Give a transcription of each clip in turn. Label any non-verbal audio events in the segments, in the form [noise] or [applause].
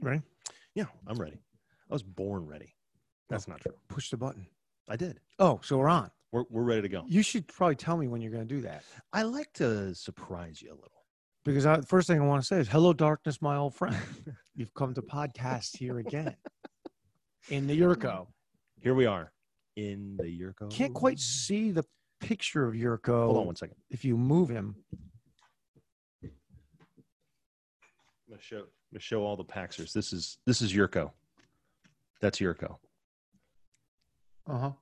Ready? Yeah, I'm ready. I was born ready. That's not true. Oh, Push the button. I did. Oh, so we're on. We're, we're ready to go. You should probably tell me when you're going to do that I like to surprise you a little. because I, the first thing I want to say is, "Hello, darkness, my old friend. [laughs] You've come to podcast here [laughs] again in the Yurko. Here we are in the Yurko. Can't quite see the picture of Yurko Hold on one second. if you move him. I'm gonna show, I'm gonna show all the Paxers. This is this is Yurko. That's Yurko. Uh Uh-huh. huh.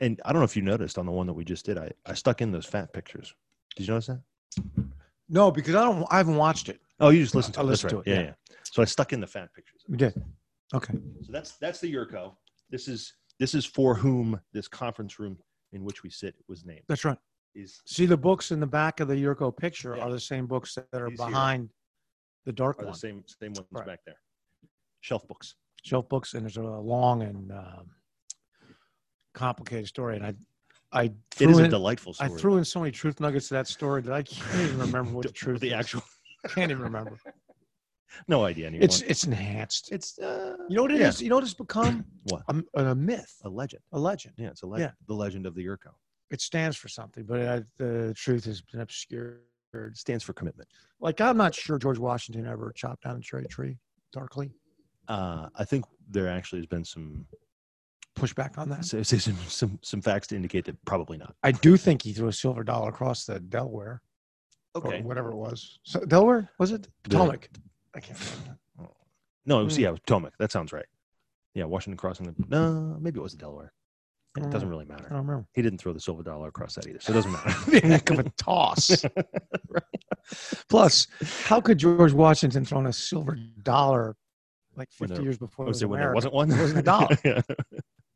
And I don't know if you noticed on the one that we just did. I, I stuck in those fat pictures. Did you notice that? No, because I don't. I haven't watched it. Oh, you just listened to I it. That's listened right. to it, Yeah, yeah. So I stuck in the fat pictures. We did. Okay. So that's that's the Yurko. This is this is for whom this conference room in which we sit was named. That's right. Is See, the books in the back of the Yurko picture Yeah. are the same books that are These here. behind the dark are the one. same same ones Right. back there. Shelf books. shelf books, and there's a long and um, complicated story. And I, I It is threw a in, delightful I story. threw in so many truth nuggets to that story that I can't even remember [laughs] what the truth. the is. actual can't even [laughs] remember. no idea anymore. It's it's enhanced. it's uh, You know what it is? yeah. You know what it's [clears throat] become? What? A, a myth, A legend. a legend. Yeah, it's a legend. The legend of the Yurko. It stands for something, but uh the truth has been obscured. It stands for commitment. Like I'm not sure George Washington ever chopped down a cherry tree. Darkly Uh, I think there actually has been some push back on that. so- so- some, some some facts to indicate that probably not. I do think he threw a silver dollar across the Delaware. or whatever it was. So Delaware was it Potomac? I can't. remember. No, it was Hmm. yeah, it was Potomac. That sounds right. Yeah, Washington crossing the no, maybe it was Delaware. It Mm. doesn't really I matter. don't [laughs] remember. He didn't throw the silver dollar across that either, so it [laughs] doesn't Heck of [laughs] matter. a [laughs] toss. Plus, how could George Washington throw in a silver dollar like When 50 there- years before? I it would was say when there America? wasn't one, It wasn't a dollar. [laughs] yeah.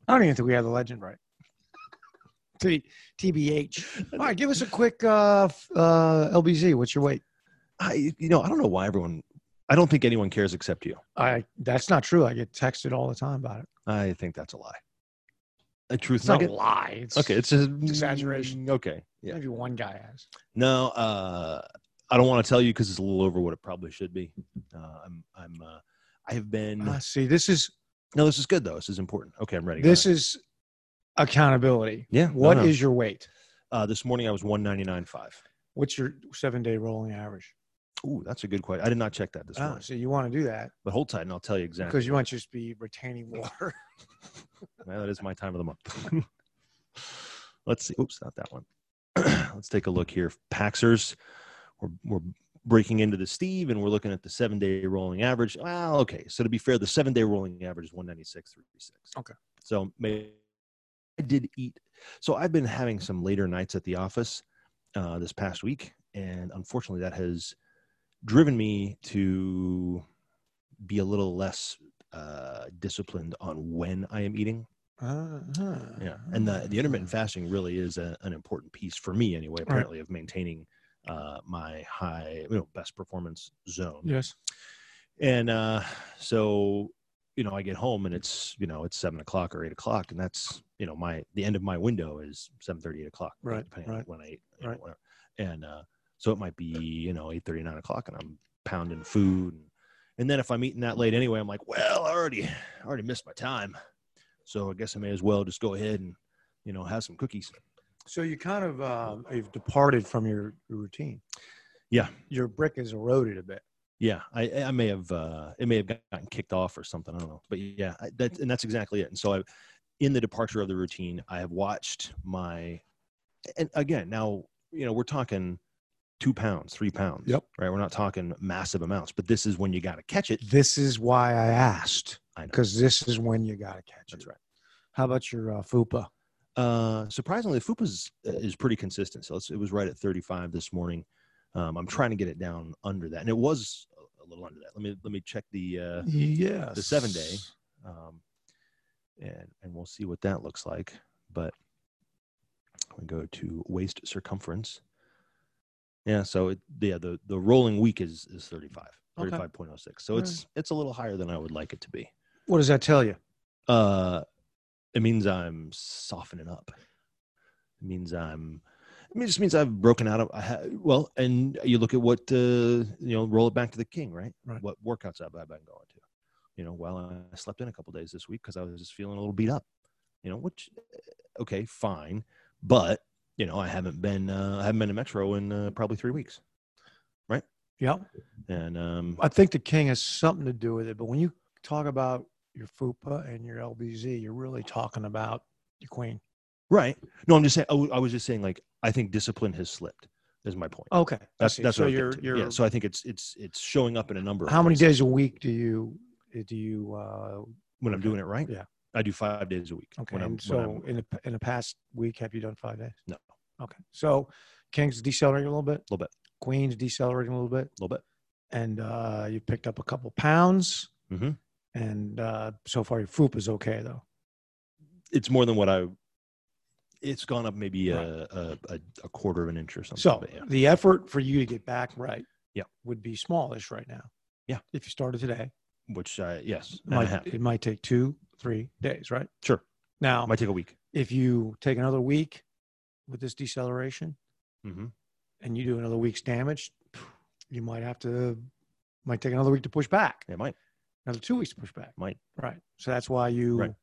I don't even think we had the legend right. [laughs] T- TBH. All right, give us a quick uh, f- uh, LBZ. What's your weight? I, you know, I don't know why everyone. I don't think anyone cares except you. I that's not true. I get texted all the time about it. I think that's a lie. A truth It's not nugget. a lie. It's Okay, it's just exaggeration. Mm, Okay, yeah. maybe one guy has. No, uh, I don't want to tell you because it's a little over what it probably should be. Uh, I'm, I'm, uh, I have been. Uh, see, this is no, this is good though. This is important. Okay, I'm ready. Go this ahead. is accountability. yeah. What is no, no. your weight? Uh, this morning I was 199.5. What's your seven day rolling average? Ooh, that's a good question. I did not check that this Ah, morning. so you want to do that But hold tight, and I'll tell you exactly. because you might just be retaining water. Well, that is my time of the month. [laughs] Let's see. Oops, not that one. [clears throat] Let's take a look here. Paxers, we're, we're breaking into the Steve and we're looking at the seven day rolling average. Well, okay. So to be fair, the seven day rolling average is 196.36. Okay. So maybe I did eat. So I've been having some later nights at the office uh, this past week. And unfortunately, that has driven me to be a little less uh, disciplined on when I am eating. [laughs] Uh-huh. Yeah, and the, the intermittent fasting really is a, an important piece for me anyway. Apparently, of maintaining uh, my high, you know, best performance zone. Yes. And uh, so, you know, I get home and it's you know it's seven o'clock or eight o'clock, and that's you know my the end of my window is seven thirty eight o'clock, Right, Depending on right, when I eat, you know, right. whatever. And uh, so it might be you know eight thirty nine o'clock, and I'm pounding food, and, and then if I'm eating that late anyway, I'm like, well, I already I already missed my time, so I guess I may as well just go ahead and you know have some cookies. So you kind of um, you've departed from your, your routine. Yeah. Your brick is eroded a bit. Yeah, I, I may have uh, it may have gotten kicked off or something. I don't know, but yeah, I, that and that's exactly it. And so I, in the departure of the routine, I have watched my, and again now you know we're talking two pounds, three pounds. Yep. Right. We're not talking massive amounts, but this is when you got to catch it. This is why I asked I know. because this is when you got to catch That's it. right. How about your uh, FUPA? Uh, surprisingly, FUPA is, uh, is pretty consistent. So it's, it was right at 35 this morning. Um, I'm trying to get it down under that, and it was a little under that. Let me let me check the. Uh, Yes. seven day. um, and and we'll see what that looks like. But we go to waist circumference. Yeah, so it, yeah, the the rolling week is is 35, Okay. 35.06. So All it's it's a little higher than I would like it to be. What does that tell you? Uh, it means I'm softening up. It means I'm. I mean, it just means I've broken out of. I ha- well, and you look at what uh, you know. Roll it back to the king, right? Right. What workouts I've, I've been going to. you know, well, I slept in a couple days this week because I was just feeling a little beat up, you know, which, uh, okay, fine. But, you know, I haven't been, uh, I haven't been to Metro in uh, probably three weeks. Yep. And, um, I think the king has something to do with it. But when you talk about your FUPA and your LBZ, you're really talking about your queen. right. No, I'm just saying, I w- I was just saying, like, I think discipline has slipped, is my point. Okay. That's, that's so what you're, you're, you're yeah. So I think it's, it's, it's showing up in a number. of how many places. days a week do you eh, do you uh, when I'm Okay. doing it right? Yeah. I do five days a week. Okay. When I'm, and when I'm- so in the in the past week, have you done five days? No. Okay. So Kings decelerating a little bit. Little bit. Queens decelerating a little bit, little bit. and uh, you picked up a couple pounds. Mhm. And uh, so far, your FUP is okay though. It's more than what I. It's gone up maybe Right. a, a, a, a quarter of an inch or something. So but yeah. the effort for you to get back right, Yeah. would be smallish right now. Yeah. If you started today, Which I yes, and I might, have. it might take two, three days, right? Sure. Now, might take a week. if you take another week with this deceleration, hmm and you do another week's damage, you might have to might take another week to push back, It might. another two weeks to push back. Might. Right. So that's why you Right.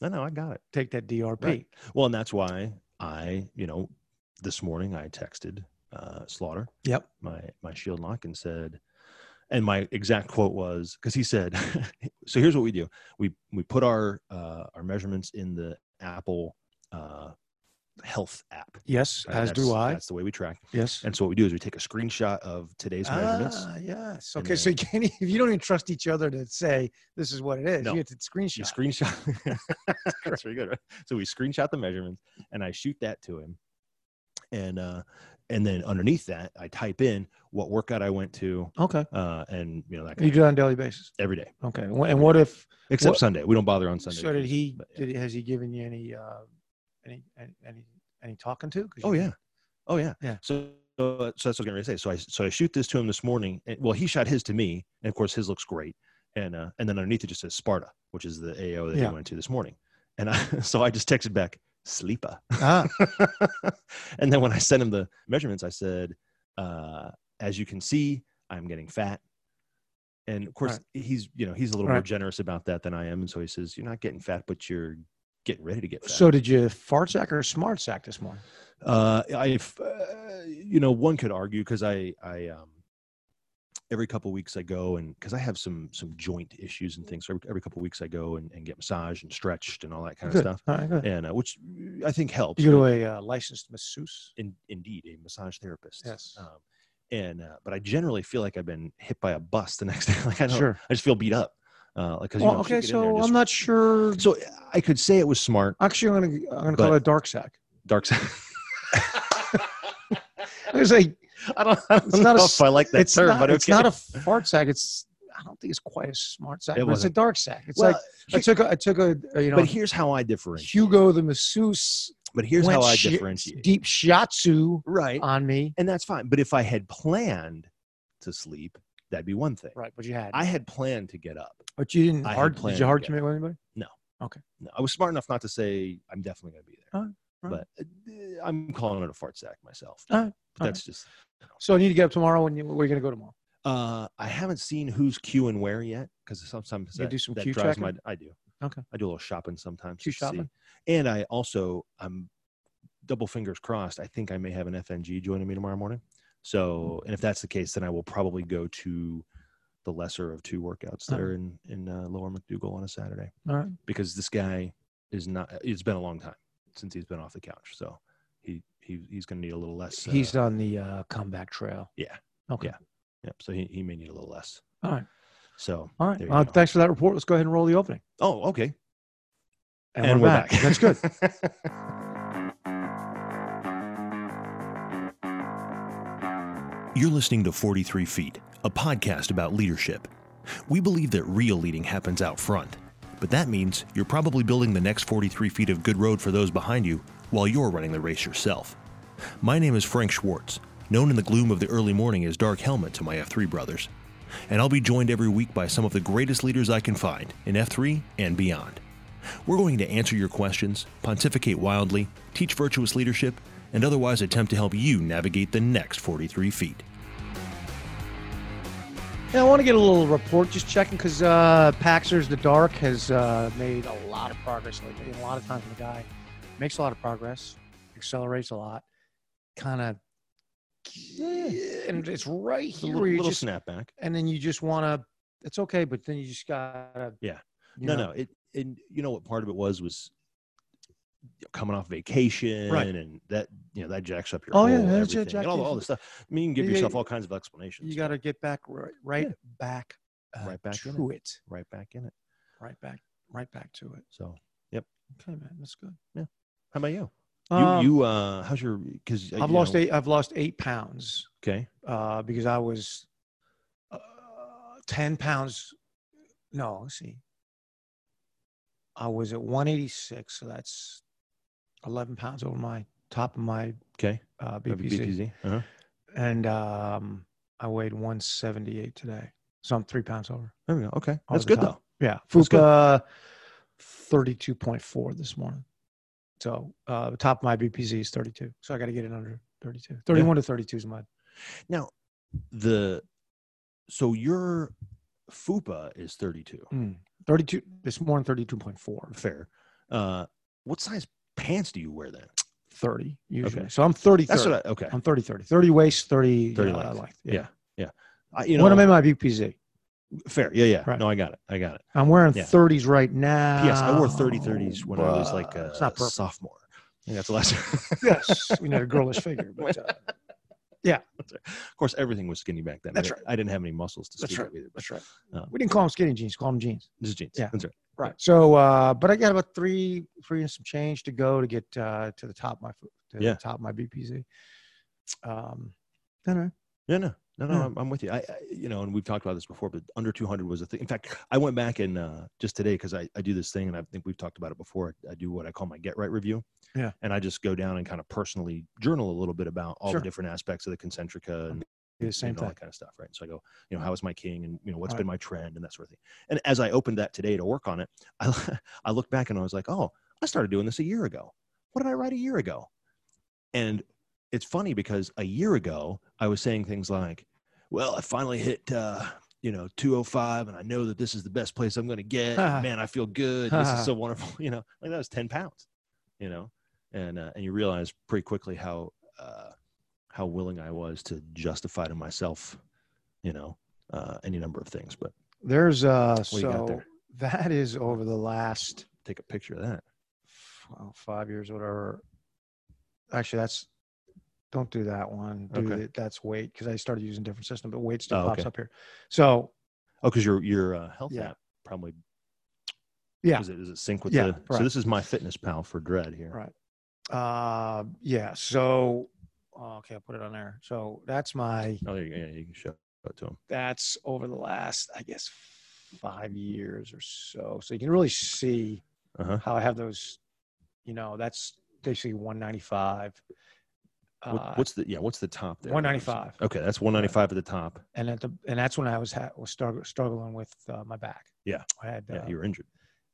No, no, I got it. take that DRP. Right. Well, and that's why I, you know, this morning I texted uh, Slaughter, Yep. my my shield lock, and said, and my exact quote was because he said, [laughs] so here's what we do: we we put our uh, our measurements in the Apple uh, Health app. Yes, Right? as Uh, That's- do I. That's the way we track. Yes. And so what we do is we take a screenshot of today's measurements. Ah, yes. And Okay. so you can't. e- [laughs] You don't even trust each other to say this is what it is. No. You have to You screenshot. [laughs] screenshot. [laughs] That's very good. Right? So we screenshot the measurements, and I shoot that to him, and uh, and then underneath that, I type in what workout I went to, okay. uh, and you know that kind You of, do it on a daily basis. every day Okay. And what- and what if? except What- Sunday. We don't bother on Sunday. So did he? but yeah. Did, has he given you any? Uh, any? Any? Any? Any talking to? 'Cause Oh you- yeah, oh yeah, Yeah. So so, so that's what I was gonna say. So I so I shoot this to him this morning. And, well, he shot his to me, and of course his looks great. And uh, and then underneath it just says Sparta, which is the AO that Yeah. he went to this morning. And I, [laughs] so I just texted back sleeper. Ah, [laughs] and then when I sent him the measurements, I said, uh, as you can see, I'm getting fat. And of course, he's you know he's a little more Right. generous about that than I am, and so he says, "You're not getting fat, but you're getting ready to get fat." so did you fart sack or smart sack this morning? uh, I, uh, you know, one could argue because I, I, um, every couple weeks I go and because I have some some joint issues and things. So every, every couple weeks I go and, and get massaged and stretched and all that kind Good. of stuff, All right, good. and uh, which I think helps. You go to a uh, licensed masseuse. in, indeed a massage therapist. Yes. Um, and uh, but I generally feel like I've been hit by a bus the [laughs] next day. like I don't, Sure. I just feel beat up. Uh, like, 'cause, you Well, know, if you okay, get in there and so just- I'm not sure. So I could say it was smart, Actually, I'm gonna I'm gonna call But- it a dark sack. [laughs] dark side. [laughs] I'm gonna say I don't, I don't It's not a know s- if I like that it's term, not, but it's okay. not a fart sack. It's I don't think it's quite a smart sack. It but it's a wasn't. dark sack. It's Well, like I took a, I took a uh, you know but here's how I differentiate. Hugo the masseuse But here's went how I shi- differentiate. deep shiatsu Right. on me. And that's fine. But if I had planned to sleep, that'd be one thing. Right, but you had I had planned to get up. but you didn't I had hard did planned you to hard get- commit with anybody? No, I was smart enough not to say I'm definitely going to be there. All right, Uh, all But uh, I'm calling it a fart sack myself. All right, But all that's just. So I need to get up tomorrow. And you, where are you gonna go tomorrow? Uh, I haven't seen who's queuing where yet because sometimes You that, do some that queue drives tracking? my. I do. Okay. I do a little shopping sometimes. Queue just to see. shopping? And I also I'm double fingers crossed. I think I may have an FNG joining me tomorrow morning. So, and if that's the case, then I will probably go to the lesser of two workouts that Alright. are in in uh, Lower McDougal on a Saturday All right. because this guy is not. It's been a long time since he's been off the couch, so he he he's going to need a little less. uh, He's on the uh, comeback trail. Yeah. Okay. Yeah. yep. So he he may need a little less. All right. So All right. There you Uh, go. thanks for that report. Let's go ahead and roll the opening. oh okay. That's That's [laughs] good. good. You're listening to 43 Feet, a podcast about leadership. We believe that real leading happens out front, but that means you're probably building the next 43 feet of good road for those behind you while you're running the race yourself. My name is Frank Schwartz, known in the gloom of the early morning as Dark Helmet to my F3 brothers, and I'll be joined every week by some of the greatest leaders I can find in F3 and beyond. We're going to answer your questions, pontificate wildly, teach virtuous leadership, and otherwise attempt to help you navigate the next 43 feet. Yeah, I want to get a little report, just checking, because uh, Paxers the Dark has uh, made a lot of progress lately. A lot of times the guy makes a lot of progress, accelerates a lot, kind of, and it's right It's a here. little, where you little just, snapback. and then you just want to. It's okay, but then you just gotta. Yeah. you no, know, no. It and you know what part of it was was coming off vacation Right. and that you know that jacks up your Oh, yeah, whole that ja- everything and all, jacked all you- the stuff. I mean, you can give Yeah, yeah, yourself yeah. all kinds of explanations. You got to get back right, right Yeah. back, uh, Right back in to it. right back in it. Right back, right back to it. So Okay, man, that's good. how about you? Um, you you uh how's your because I've lost eight. I've lost eight pounds Okay. uh, because I was uh, ten pounds. No, let's see, I was at one eighty six, so that's eleven pounds over my top of my Okay. uh, Have your BPC, BPZ. Uh-huh. and um, I weighed one seventy eight today, so I'm three pounds over. There we go. Okay. Over That's the good top. though. Yeah, That's good. Fupa thirty two point four this morning. So uh, the top of my BPZ is thirty two, so I got to get it under thirty two. Thirty one to thirty two is my The so your FUPA is 32. Mm. 32 this morning 32.4 Fair. Uh what size pants do you wear then? 30 usually Okay. so i'm 30 That's 30. what I okay. i'm 30 30 30 waist 30 30 uh, length. length. Yeah. I, you know, when i'm in my bpz fair. Yeah, yeah. Right. No, I got it. I got it. i'm wearing Yeah. 30s right now P.S. I wore 30 30s when I was like uh, but a it's not [laughs] perfect sophomore. I think that's the last. [laughs] yes we had a girlish figure but uh, of course, everything was skinny back then. I That's didn't- right. I didn't have any muscles to That's speak right. of either. But that's right Uh, we didn't call them skinny jeans call them jeans just jeans. Yeah. That's right. right so uh but i got about three three and some change to go to get uh to the top of my foot to Yeah. the top of my bpz um I don't know. Yeah, no, no, no. Yeah. I'm, I'm with you. I, I, you know, and we've talked about this before, but under 200 was a thing. In fact, I went back and uh, just today because I, I do this thing, and I think we've talked about it before. I do what I call my get right review. Yeah. And I just go down and kind of personally journal a little bit about all Sure. the different aspects of the Concentrica and Do the same and all thing that kind of stuff, right? So I go, you know, how is my king, and you know, what's Right. been my trend, and that sort of thing. And as I opened that today to work on it, [laughs] I I looked back and I was like, oh, I started doing this a year ago. What did I write a year ago? And it's funny because a year ago I was saying things like, well, I finally hit. uh you know, 205, and I know that this is the best place I'm going to [laughs] get. and Man, I feel good. This is so wonderful. [laughs] You know, like that was 10 pounds, you know, and, uh, and you realize pretty quickly how, uh, how willing I was to justify to myself, you know, uh, any number of things. But There's uh What you got so there? that is over the last take a picture of that. well, five years, whatever. Actually, that's don't do that one. Do Okay. the, that's weight because I started using different system, but weight still Oh, pops okay. up here. So Oh, because your your uh, health Yeah. app probably Yeah. Is it, is it sync with Yeah, the? right. So this is my Fitness Pal for Dread here. Right. uh yeah, so oh, okay, I'll put it on there. So that's my Oh, there you go. Yeah, you can show it to him. that's over the last I guess five years or so. So you can really see Uh huh. how I have those. You know, that's basically 195. uh, what's the yeah? What's the top there? 195. Okay, that's 195 at the top. and at the and that's when I was ha- was strugg- struggling with uh, my back. Yeah. I had, uh, Yeah, you were injured.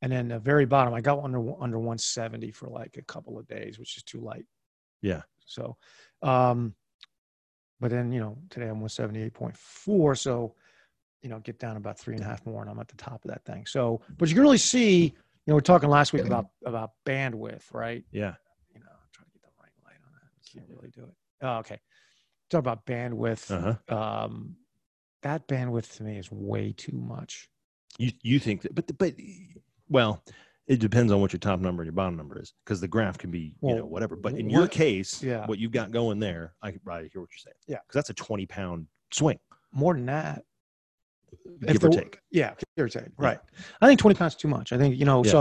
and then the very bottom, I got under under 170 for like a couple of days, which is too light. Yeah. So, um, but then you know today I'm 178.4, so you know get down about three and a half more, and I'm at the top of that thing. So, but you can really see, you know, we we're talking last week about about bandwidth, right? Yeah. You know, I'm trying to get the right light on that. I can't really do it. Oh, okay. Talk about bandwidth Uh huh. um, that bandwidth to me is way too much. You you think that? But but well, it depends on what your top number and your bottom number is because the graph can be you know Well, whatever. But in what- your case, yeah. what you've got going there, I I hear what you're saying. Yeah. because that's a 20 pound swing, More than that, give or the- take. Yeah, give or take. Right. I think twenty pounds is too much. I think you know. Yeah. So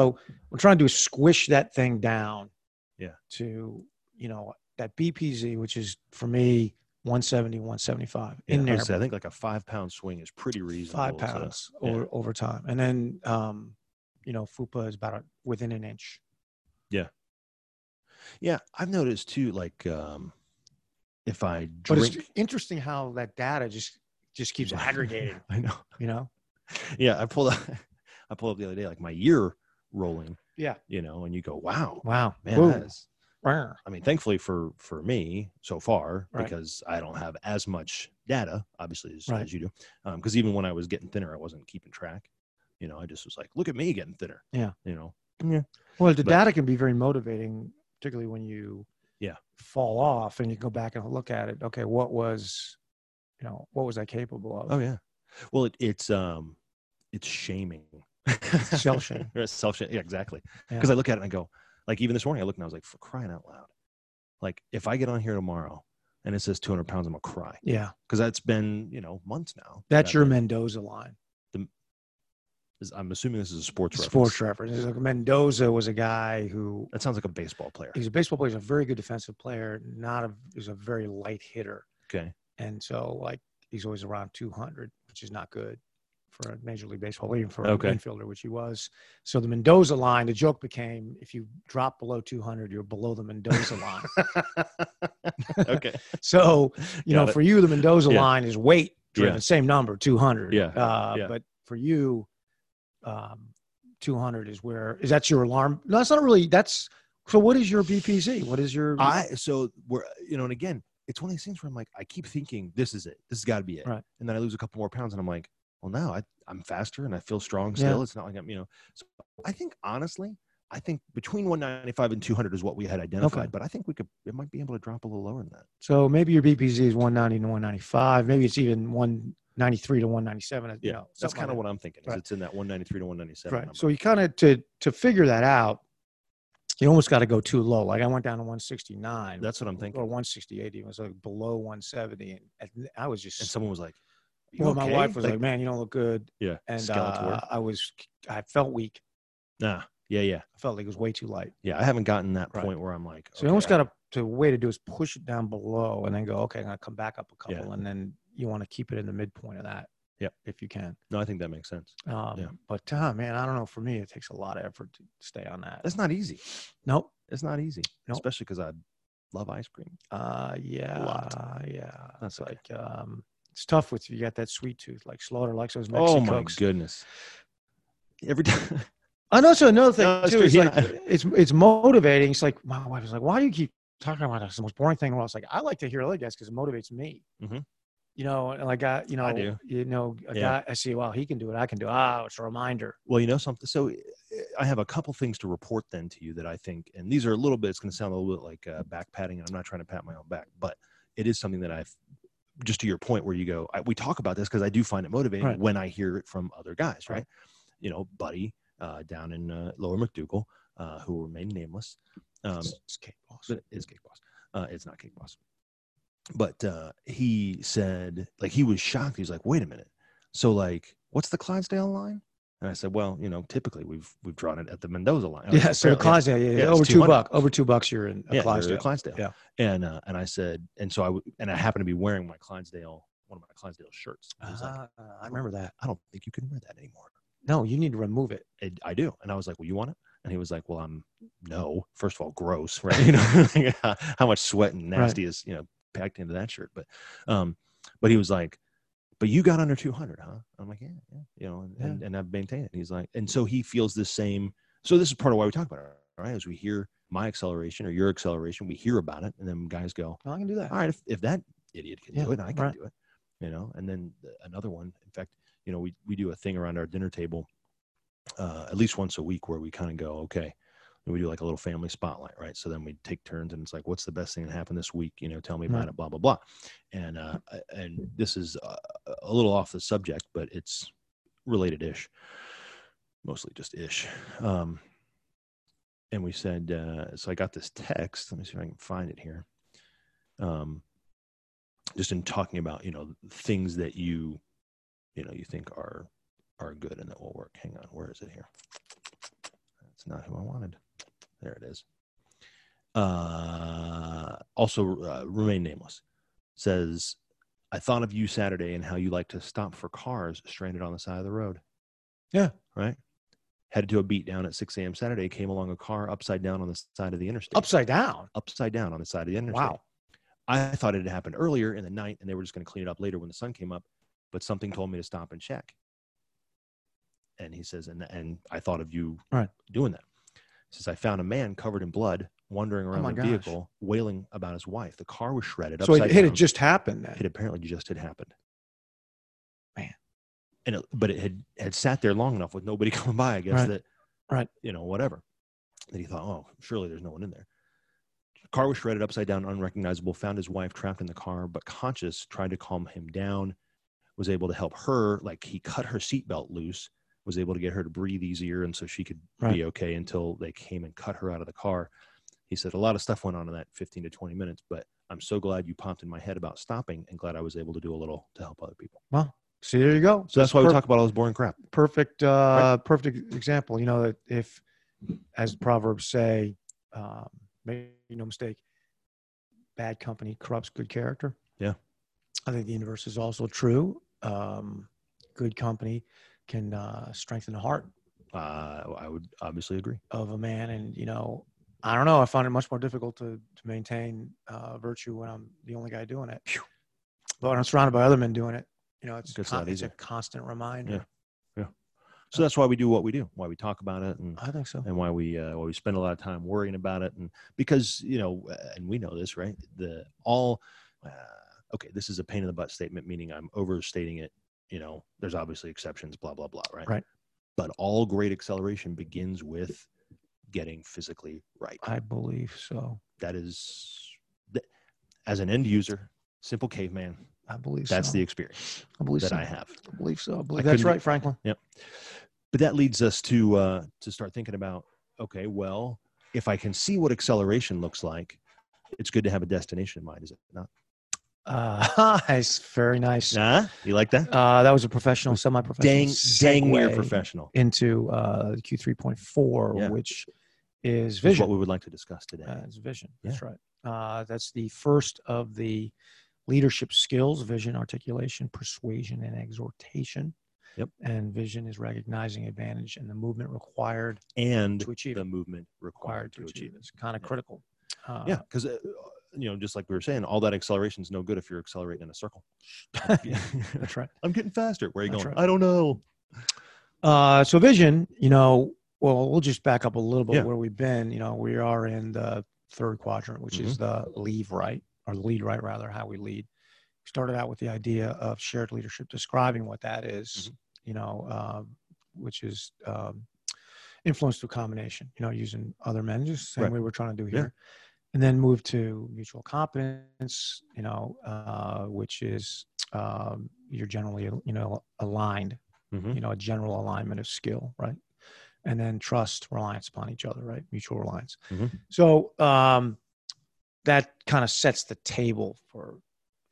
we're trying to do is squish that thing down. Yeah. To you know that BPZ, which is for me 170, 175 Yeah, in I, there, would say I think like a five pound swing is pretty reasonable. five to- pounds yeah. over, over time, and then um, you know Fupa is about a, within an inch. yeah, I've noticed too. Like, um, if I But drink, it's interesting how that data just just [laughs] keeps aggregating. I know. You know. Yeah, I pulled up. [laughs] I pulled up the other day, like my year rolling. Yeah. You know, and you go, wow, Wow. man, Whoa. that is, Brr. I mean, thankfully for for me so far, Right. because I don't have as much data, obviously, as, Right. as you do. Because even when I was getting thinner, I wasn't keeping track. You know, I just was like, look at me getting thinner. Yeah. You know, Well, the But- data can be very motivating, particularly when you Yeah. fall off and you go back and look at it. Okay, what was you know what was I capable of? oh yeah. Well, it, it's um, it's shaming. [laughs] self-shame. Self shame. Yeah, exactly. Yeah. Because I look at it and I go, like, even this morning, I looked and I was like, for crying out loud, like if I get on here tomorrow and it says 200 pounds, I'm gonna cry Yeah, because that's been you know months now. that that's I've your been- Mendoza line. is- I'm assuming this is a sports reference. Sports reference. It's like Mendoza was a guy who That sounds like a baseball player. he's a baseball player, he's a very good defensive player, not a he's a very light hitter, Okay. and so like he's always around 200, which is not good for a major league baseball, even for Okay. an infielder, which he was. So the Mendoza line, the joke became if you drop below 200, you're below the Mendoza [laughs] line. [laughs] okay. Mm-hmm. So you know, Got it. for you, the Mendoza Yeah. line is weight driven, Yeah. same number, 200. Yeah. Uh, Yeah. But for you, um, 200 is where, is that your alarm? No, that's not really, that's, so what is your BPZ? What is your, I so we're you know, and again, it's one of these things where I'm like, I keep thinking this is it. This has got to be it. Right. And then I lose a couple more pounds, and I'm like, well, now I I'm faster and I feel strong Yeah. still. It's not like I'm you know. So I think honestly, I think between 195 and 200 is what we had identified, but I think we could it might be able to drop a little lower than that. so maybe your BPZ is 190 to 195. Maybe it's even 193 to 197. you know, that's something like kind that. of what I'm thinking. Is Right. It's in that 193 to 197. right number. so you kind of to to figure that out you almost got to go too low like i went down to 169 that's what I'm thinking. or 168 even it was like below 170 and at- i was just And someone was like, "You well my okay?" wife was like, man you don't look good yeah, and Skeletor. uh, i was i felt weak nah, yeah, yeah. i felt like it was way too light Yeah, I haven't gotten that Right. point where I'm like, so you almost okay, got to the way to do is push it down below and then go okay i'm gonna come back up a Yeah. couple and then you want to keep it in the midpoint of that Yep. if you can No, I think that makes sense. um, Yeah. but uh, man i don't know for me it takes a lot of effort to stay on that That's not easy. nope It's not easy, Nope. especially because I love ice cream. Uh, yeah, lot. yeah. That's That's okay. like um, it's tough with you got that sweet tooth, like Slaughter likes those oh Mexican my cokes. goodness! Every [laughs] time, And also Oh, another thing No, it's too true. is He like and I- it's it's motivating. It's like my wife is like, why do you keep talking about this? It's the most boring thing. in the world." It's like I like to hear other guys because it motivates me. Mhm. You know, and like I, you know, I do. you know, a Yeah. guy, I see, wow, he can do it. I can do it. Ah, it's a reminder. [laughs] well, you know something. So eh, I have a couple things to report then to you that I think, and these are a little bit. It's going to sound a little bit like uh, back patting, and I'm not trying to pat my own back, but it is something that I've. Just to your point, where you go, I, we talk about this because I do find it motivating Right. when I hear it from other guys, right? Right. You know, Buddy uh, down in uh, Lower McDougal, uh, who will remain nameless. Um, It's- it's cake boss. but it is Cake Boss. Uh, it's not Cake Boss. But uh, he said, like, he was shocked. He's like, wait a minute. So, like, what's the Clydesdale line? And I said, well, you know, typically we've we've drawn it at the Mendoza line. yeah, so Apparently- Clydesdale, yeah, Yeah, it's over two 200. bucks, over two bucks, you're in a yeah, Clydesdale. Clydesdale. Clydesdale. Yeah. And uh, and I said, and so I w- and I happened to be wearing my Clydesdale, one of my Clydesdale shirts. And He's like, Ah, I remember that. I don't think you can wear that anymore. No, you need to remove it. And I do. And I was like, well, you want it? And he was like, well, I'm no. First of all, gross, [laughs] right? You know, like, uh, how much sweat and Right. nasty is you know packed into that shirt. But, um, but he was like, but you got under 200, huh? I'm like, yeah, yeah, you know, and, Yeah. and, and I've maintained it. And he's like, and so he feels the same. So this is part of why we talk about it, all right? As we hear my acceleration or your acceleration, we hear about it, and then guys go, No, I can do that. all right, if, if that idiot can Yeah, do it, I can right. do it. You know, and then the- another one. In fact, you know, we we do a thing around our dinner table, uh, at least once a week, where we kind of go, okay, and we do like a little family spotlight, right? So then we take turns, and it's like, what's the best thing that happened this week? You know, tell me about Right. it, blah blah blah. And uh, and this is uh, a little off the subject, but it's related ish, mostly just ish. Um, and we said, uh, so I got this text. Let me see if I can find it here. Um, just in talking about you know things that you you know you think are are good and that will work. Hang on, where is it here? That's not who I wanted. There it is. Uh, also, uh, remain nameless. Says, I thought of you Saturday and how you like to stop for cars stranded on the side of the road. Yeah. Right. Headed to a beat down at 6 a.m. Saturday, came along a car upside down on the side of the interstate. Upside down. upside down on the side of the interstate. Wow. I thought it had happened earlier in the night and they were just going to clean it up later when the sun came up, but something told me to stop and check. And he says, and, and I thought of you Right. doing that. He says, I found a man covered in blood, wandering around Oh my the gosh. vehicle, wailing about his wife. The car was shredded. So it, upside it down. had just happened then. It apparently just had happened. Man. And it, but it had had sat there long enough with nobody [laughs] coming by, I guess Right. that, Right. You know, whatever. That he thought, oh, surely there's no one in there. Car was shredded upside down, unrecognizable. Found his wife trapped in the car, but conscious. Tried to calm him down. Was able to help her. Like he cut her seatbelt loose. Was able to get her to breathe easier, and so she could Right. be okay until they came and cut her out of the car. He said a lot of stuff went on in that 15 to 20 minutes, but I'm so glad you popped in my head about stopping and glad I was able to do a little to help other people. Well, see, there you go. So that's why we Perfect. talk about all this boring crap. perfect uh perfect example you know that if as the proverbs say um make no mistake bad company corrupts good character Yeah. i think the inverse is also true um good company can uh strengthen the heart Uh, I would obviously agree. of a man and you know i don't know i find it much more difficult to, to maintain uh virtue when i'm the only guy doing it Phew. but when i'm surrounded by other men doing it you know it's, Gets a con- lot it's a easier. constant reminder So that's why we do what we do, why we talk about it, and i think so and why we uh, why we spend a lot of time worrying about it, and because you know, uh, and we know this, right? The all uh, okay. This is a pain in the butt statement, meaning I'm overstating it. You know, there's obviously exceptions, blah blah blah, right? Right. But all great acceleration begins with getting physically right. i believe so That is, that, as an end user, simple caveman. I believe That's so. the experience I believe that so. I have. I believe so. I believe I that's couldn't- right, Franklin. but that leads us to uh, to start thinking about okay well if i can see what acceleration looks like it's good to have a destination in mind is it not Uh, it's very [laughs] nice. nah you like that Uh, that was a professional, semi-professional. dang dang near segue professional Into uh, Q3.4, Yeah. which is is vision. what we would like to discuss today Uh, it's vision. That's right. Uh, that's the first of the leadership skills: vision, articulation, persuasion, and exhortation. Yep. And vision is recognizing advantage and the movement required and to achieve. the it. movement required to achieve It's kind of Yeah. critical. Uh, yeah because uh, you know just like we were saying all that acceleration is no good if you're accelerating in a circle [laughs] that's right. i'm getting faster where are you That's going right. i don't know Uh, so vision, you know, well, we'll just back up a little bit Yeah. where we've been. You know, we are in the third quadrant, which is the Mm-hmm. leave right or lead right, rather, how we lead. We started out with the idea of shared leadership, describing what that is, Mm-hmm. you know, um, which is um, influence through combination, you know, using other men, just the same Right. way we're trying to do Yeah. here. And then move to mutual competence, you know, uh, which is um, you're generally, you know, aligned Mhm. you know a general alignment of skill right and then trust reliance upon each other right mutual reliance Mhm. so um that kind of sets the table for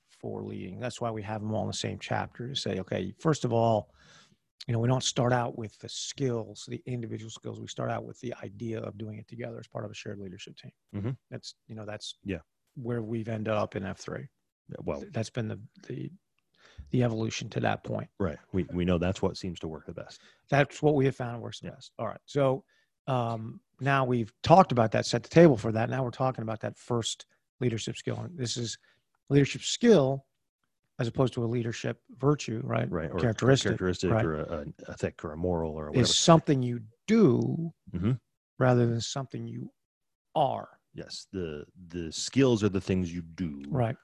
for leading that's why we have them all in the same chapter to say okay first of all you know we don't start out with the skills the individual skills we start out with the idea of doing it together as part of a shared leadership team Mhm. that's you know that's Yeah. Oh. where we've ended up in f3 well that's been the the the evolution to that point right we, we know that's what seems to work the best that's what we have found works the Yeah. best. All right. So um, now we've talked about that, set the table for that. Now we're talking about that first leadership skill. And this is leadership skill as opposed to a leadership virtue, right? right or Characteristic, characteristic right. or a, a ethic or a moral or whatever Is something you do Mhm. rather than something you are, Yes, the the skills are the things you do, right?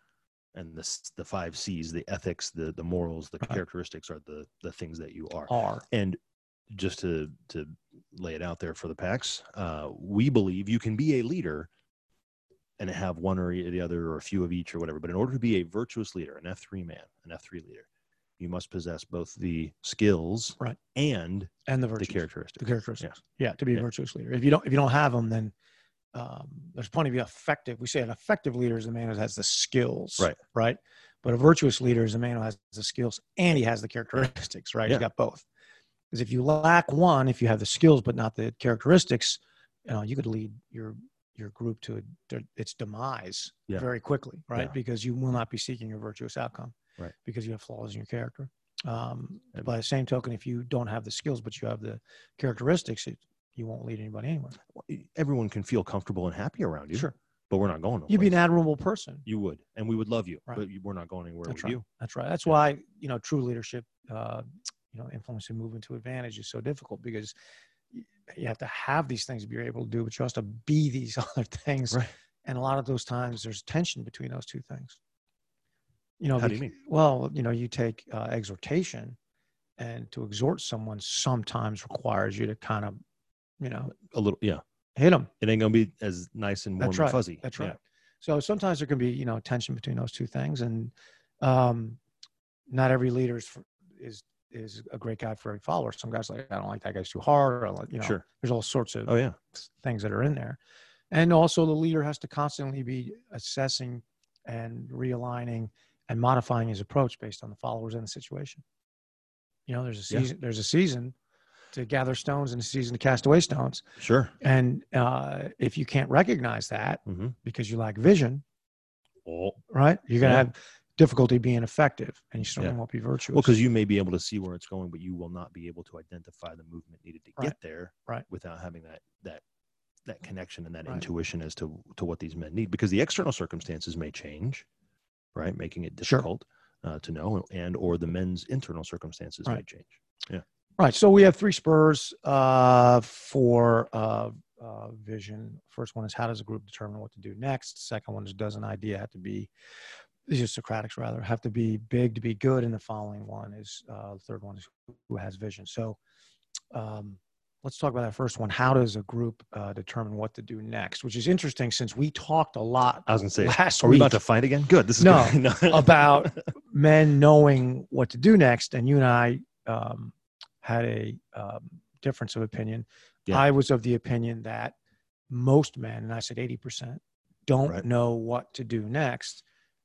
And the s- the five C's, the ethics, the the morals, the Right. characteristics are the the things that you are. Are. And just to to lay it out there for the packs, uh, we believe you can be a leader and have one or the other or a few of each or whatever. But in order to be a virtuous leader, an F three man, an F three leader, you must possess both the skills Right. and And the the virtues. characteristics. the characteristics. Yeah, to be a Yeah. virtuous leader. If you don't, if you don't have them, then um, there's plenty of effective. We say an effective leader is a man who has the skills, Right. Right. But a virtuous leader is a man who has the skills and he has the characteristics, right? Yeah. He's got both. Because if you lack one, if you have the skills but not the characteristics, you know, you could lead your your group to a, its demise Yeah. very quickly, right? Yeah. Because you will not be seeking your virtuous outcome, Right. Because you have flaws in your character. Um, And- by the same token, if you don't have the skills but you have the characteristics, it, you won't lead anybody anywhere. Everyone can feel comfortable and happy around you, Sure, but we're not going. you'd be nowhere. an admirable person. You would, and we would love you, Right. but you- we're not going anywhere That's with right. you. That's right. That's Yeah. why you know true leadership, uh, you know, influence and movement to advantage is so difficult because you have to have these things to be able to do, but you also have to be [laughs] these other things. Right. And a lot of those times there's tension between those two things. You know, How do you bec- mean? well, you know, you take uh, exhortation and to exhort someone sometimes requires you to kind of, you know, A little, yeah. hit them. It ain't gonna be as nice and warm That's and right. fuzzy. That's Yeah. right. So sometimes there can be, you know, tension between those two things, and um, not every leader is for, is is a great guy for every follower. Some guys are like I don't like that guy's too hard, or like, you know, Sure. there's all sorts of Oh yeah. things that are in there, and also the leader has to constantly be assessing and realigning and modifying his approach based on the followers and the situation. You know, there's a Yeah. season. There's a season to gather stones and a season to cast away stones. Sure. And uh, if you can't recognize that Mm-hmm. because you lack vision, Oh. right? You're going to Yeah. have difficulty being effective and you certainly Yeah. won't be virtuous. Well, because you may be able to see where it's going, but you will not be able to identify the movement needed to Right. get there Right. without having that that that connection and that Right. intuition as to to what these men need. Because the external circumstances may change, right, making it Sure. difficult uh, to know, and or the men's internal circumstances may Right. change. right. So we have three spurs uh, for uh, uh, vision. First one is how does a group determine what to do next? Second one is does an idea have to be, these are Socratics rather, have to be big to be good. And the following one is, uh, the third one is who has vision. So um, let's talk about that first one. How does a group uh, determine what to do next? Which is interesting since we talked a lot I was gonna [laughs] say, last are we week. about to fight again? Good. This is No. good. [laughs] about men knowing what to do next. And you and I um, had a um, difference of opinion. Yeah. I was of the opinion that most men, and I said 80%, don't Right. know what to do next.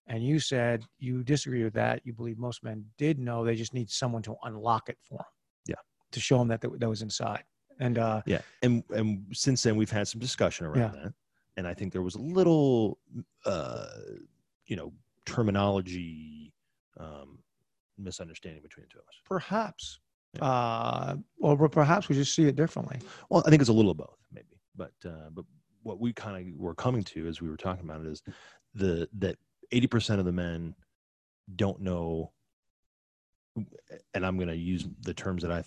And you said you disagree with that. You believe most men did know. They just need someone to unlock it for them. Yeah. To show them that that, that was inside. And uh, Yeah, and and since then we've had some discussion around that, and I think there was a little, uh, you know, terminology um, misunderstanding between the two of us. perhaps, uh, or perhaps we just see it differently. Well, I think it's a little of both, maybe. But uh, but what we kind of were coming to as we were talking about it is the that eighty percent of the men don't know, and I'm going to use the terms that I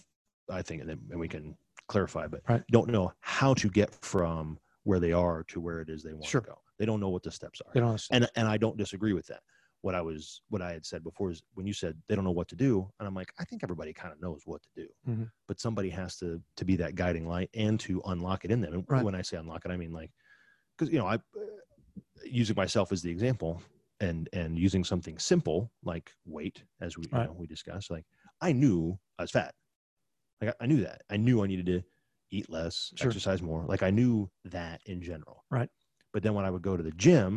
I think, and, then- and we can clarify, but Right. don't know how to get from where they are to where it is they want Sure. to go. They don't know what the steps are They don't understand. and and I don't disagree with that. What I was what I had said before is when you said they don't know what to do, and I'm like, I think everybody kind of knows what to do, Mhm. but somebody has to to be that guiding light and to unlock it in them. And Right. when I say unlock it, I mean like because you know I uh, using myself as the example and and using something simple like weight as we you Right. know, we discussed like I knew I was fat, like I, I knew that I knew I needed to eat less, Sure. exercise more, like I knew that in general, Right. But then when I would go to the gym,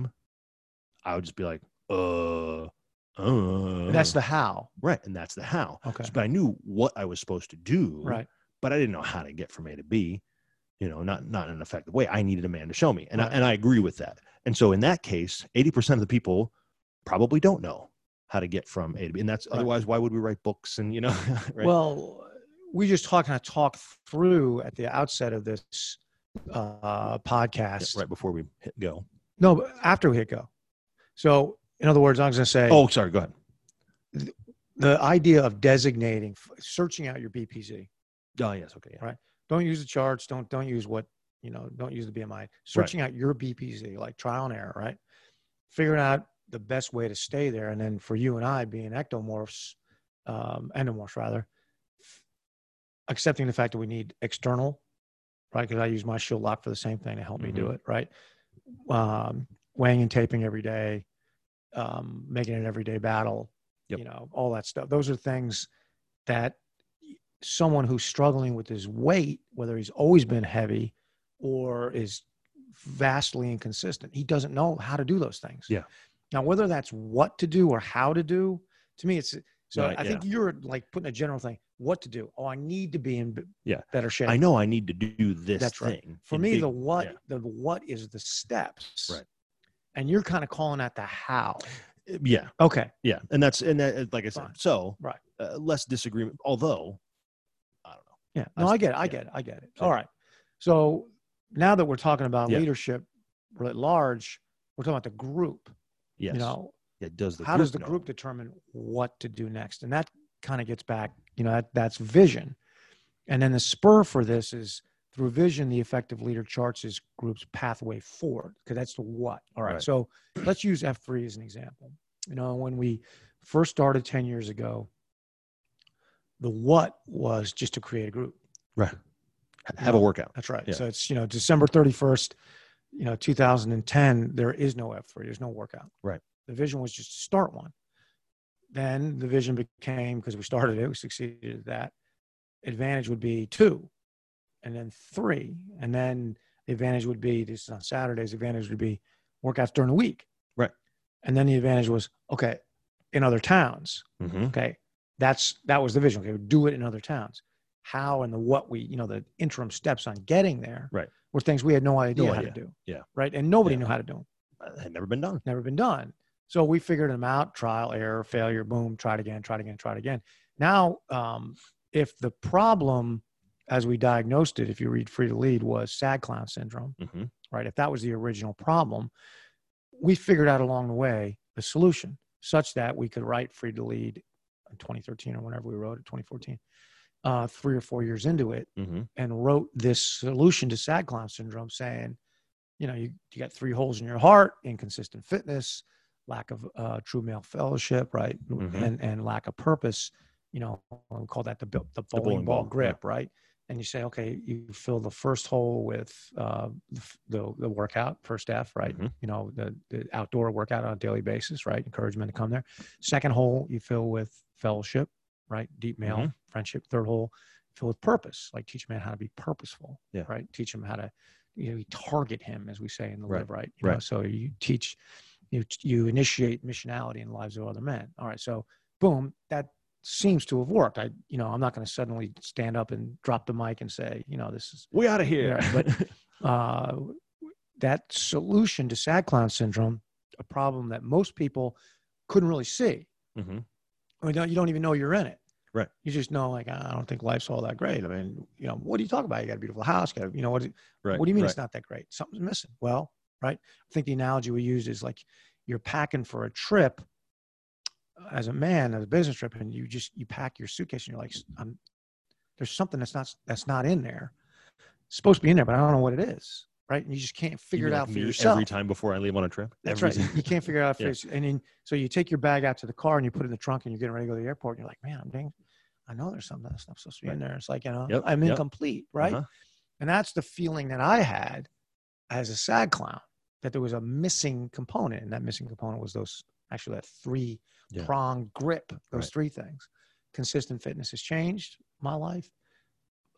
I would just be like, uh, uh. That's the how. right, and that's the how. Okay. But I knew what I was supposed to do, Right. But I didn't know how to get from A to B. You know, not not in an effective way. I needed a man to show me, and I, Right. and I agree with that. And so in that case, eighty percent of the people probably don't know how to get from A to B, and that's Right. otherwise why would we write books and you know, [laughs] right? Well, we just talk kind of talk through at the outset of this uh, Yeah, podcast. right before we hit go. No, but after we hit go. So, in other words, I was going to say Oh, sorry, go ahead. the idea of designating, searching out your BPZ. Oh yes, okay, yeah. Right. Don't use the charts. Don't don't use what you know. Don't use the BMI. Searching out your BPZ, like trial and error. Right. Figuring out the best way to stay there, and then for you and I being ectomorphs, um, endomorphs rather, accepting the fact that we need external, right? Because I use my shield lock for the same thing to help me do it, right? Um, weighing and taping every day, um, making it an everyday battle, Yep. you know, all that stuff. Those are things that someone who's struggling with his weight, whether he's always been heavy or is vastly inconsistent, he doesn't know how to do those things. Yeah. Now, whether that's what to do or how to do, to me, it's so Right, I think you're like putting a general thing, what to do. Oh, I need to be in b- Yeah. better shape. I know I need to do this That's right. thing. For in me, big- the what yeah. the what is the steps. Right. And you're kind of calling out the how. yeah, Okay. Yeah, and that's and that, uh, like I said, Fine. so Right. uh, less disagreement. Although, I don't know. Yeah. I No, s- I get it. I yeah. get it. I get it. So- All right. So now that we're talking about Yeah. leadership at large, we're talking about the group. Yes, You know, yeah. Does the how group does the know? group determine what to do next and that kind of gets back you know that, that's vision and then the spur for this is Through vision, the effective leader charts his group's pathway forward because that's the what. All right. Right. So let's use F3 as an example. You know, when we first started 10 years ago, the what was just to create a group. Right. Have a workout. That's right. Yeah. So it's, you know, December 31st, you know, 2010, there is no F3, there's no workout. Right. The vision was just to start one. Then the vision became, because we started it, we succeeded at that. Advantage would be two, and then three. And then the advantage would be this is on Saturdays, the advantage would be workouts during the week. Right. And then the advantage was, okay, in other towns. Mm-hmm. Okay. That's that was the vision. Okay, do it in other towns. How and the what we, you know, the interim steps on getting there Right. were things we had no idea how idea. to do. Yeah. Right. And nobody Yeah. knew how to do them. Uh, Had never been done. Never been done. So we figured them out, trial, error, failure, boom, try it again, try it again, try it again. Now, um, if the problem as we diagnosed it, if you read Free to Lead, was sad clown syndrome, Mm-hmm. right? If that was the original problem, we figured out along the way the solution such that we could write Free to Lead in 2013 or whenever we wrote it, 2014, uh, three or four years into it, Mm-hmm. and wrote this solution to sad clown syndrome saying, you know, you, you got three holes in your heart, inconsistent fitness, lack of uh, true male fellowship, right? Mhm. And, and lack of purpose, you know, we call that the, bu- the bowling, bowling ball, ball, yeah. grip, right? And you say, okay, you fill the first hole with uh, the, f- the, the workout, first F, right? Mhm. You know, the, the outdoor workout on a daily basis, right? Encouragement to come there. Second hole, you fill with fellowship, right? Deep male Mhm. friendship. Third hole, fill with purpose, like teach a man how to be purposeful, Yeah. right? Teach him how to, you know, you target him, as we say in the Right. live right. You Know? Right. So you teach, you you initiate missionality in the lives of other men. All right, so boom, that seems to have worked. I, you know, I'm not going to suddenly stand up and drop the mic and say, you know, this is We out of here. [laughs] Yeah, but- uh, that solution to sad clown syndrome, a problem that most people couldn't really see. Mhm. I mean, don't, you don't even know you're in it. Right. You just know, like, I don't think life's all that great. I mean, you know, what do you talk about? You got a beautiful house. Got a, you know, what, do- Right. what do you mean Right. it's not that great? Something's missing. Well, right. I think the analogy we used is like you're packing for a trip as a man, as a business trip, and you just, you pack your suitcase and you're like, I'm, there's something that's not, that's not in there. It's supposed to be in there, but I don't know what it is. Right. And you just can't You figure it mean out like for me yourself. Every time before I leave on a trip. That's Every [laughs] right. You single- can't figure it out. Yeah. first. And then, so you take your bag out to the car and you put it in the trunk and you're getting ready to go to the airport. And you're like, man, I'm dang, I know there's something that's not supposed to be in there. It's like, you know, Yep, I'm yep. incomplete, right? Uh-huh. And that's the feeling that I had as a sad clown that there was a missing component. And that missing component was those actually that three Yeah. prong grip, those Right. three things. Consistent fitness has changed my life.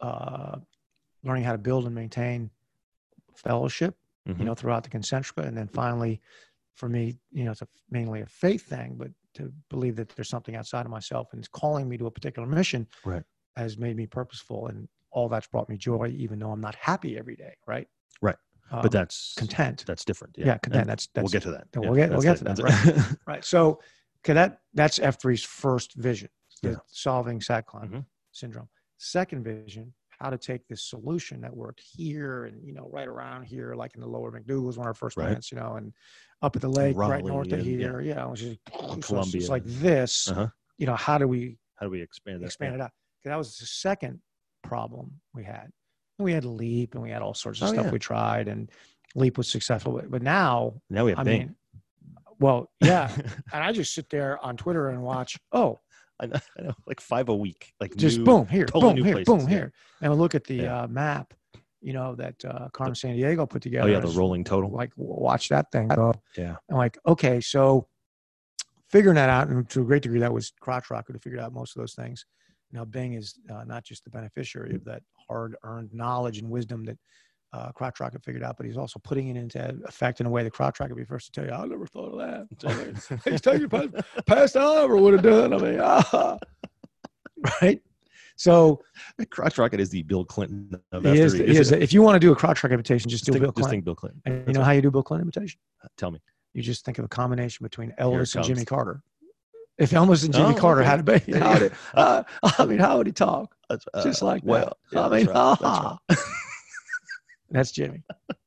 Uh, learning how to build and maintain fellowship, Mhm. you know, throughout the concentrica. And then finally, for me, you know, it's a, mainly a faith thing, but to believe that there's something outside of myself and it's calling me to a particular mission Right. has made me purposeful. And all that's brought me joy, even though I'm not happy every day. Right. Right. Um, But that's content. that's different. Yeah. content. And That's, that's, we'll get to that. we'll get- we'll that's get to it. that, [laughs] That's it. right. So, okay. That, that's F3's first vision, the Yeah. solving SATCLON Mhm. syndrome. Second vision, how to take this solution that worked here and, you know, right around here, like in the lower McDougal's, one of our first Right. plants, you know, and up at the lake, right Raleigh north of and- yeah. here. Yeah. which is- so it's- Columbia. It's like this, Uh-huh. uh, you know, how do we How do we expand that? expand it out. 'Cause That was the second problem we had. And we had Leap and we had all sorts of Oh, stuff yeah. we tried, and Leap was successful. But, but now, Now we have I Bing. mean, well, yeah. and I just sit there on Twitter and watch, oh, [laughs] I know, I know, like five a week. Like just new- boom here, totally boom new here, places, boom yeah. here. And we look at the Yeah. uh, map, you know, that uh, Carmen San Diego put together. Oh yeah, and the it's rolling total. Like, w- watch that thing go. Yeah. I'm like, okay, so figuring that out, and to a great degree, that was Crotch Rocker to figure out most of those things. Now, Bing is uh, not just the beneficiary of that hard earned knowledge and wisdom that uh, Crotch Rocket figured out, but he's also putting it into effect in a way that Crotch Rocket would be first to tell you, I never thought of that. I mean, He's telling you [laughs] past, past I ever would have done. I mean, ah. right? So [laughs] Crotch Rocket is the Bill Clinton of he is, F3, he is, isn't it? if you want to do a Crotch Rocket imitation, just, do think, Bill just Clinton. think Bill Clinton. and you that's know all. how you do Bill Clinton imitation? Tell me. you just think of a combination between Elvis and comes. Jimmy Carter. If Elvis and Jimmy Oh, Carter okay. had a baby, There how you would, [laughs] uh, I mean, how would he talk? [laughs] That's, Just uh, like well, that. yeah, I mean, that's ha right, that's right. ha. [laughs] That's Jimmy.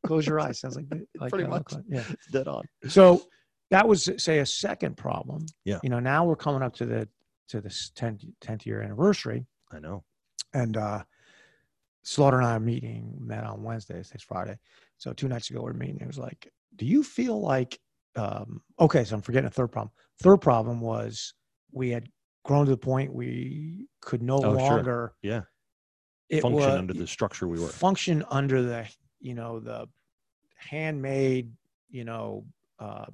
Close your eyes. Sounds like, like Pretty uh, much. Clinton. Yeah. It's dead on. [laughs] So that was say a second problem. Yeah. You know, now we're coming up to the to this 10th, 10th year anniversary I know. and uh Slaughter and I are meeting, met on Wednesday, today's Friday. So two nights ago, we are meeting. It was like, do you feel like, um, okay, so I'm forgetting a third problem. Third problem was we had grown to the point we could no Oh, sure. longer Yeah. it function wa- under the structure we were. function under the you know the handmade you know uh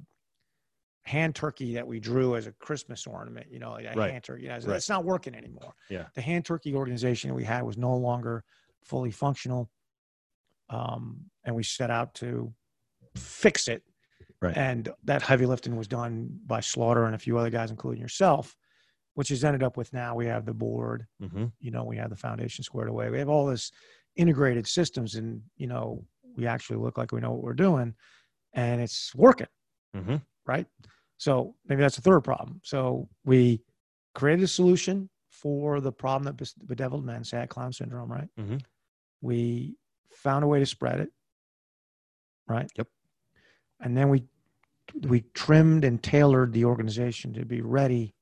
hand turkey that we drew as a christmas ornament you know like a Right. hand turkey you know, Right. it's not working anymore Yeah. the hand turkey organization we had was no longer fully functional um and we set out to fix it Right. and that heavy lifting was done by slaughter and a few other guys including yourself which has ended up with now we have the board hmm you know we have the foundation squared away we have all this integrated systems and you know we actually look like we know what we're doing and it's working hmm right so maybe that's the third problem so we created a solution for the problem that bes- bedeviled men had clown syndrome right Mhm. we found a way to spread it right Yep. and then we we trimmed and tailored the organization to be ready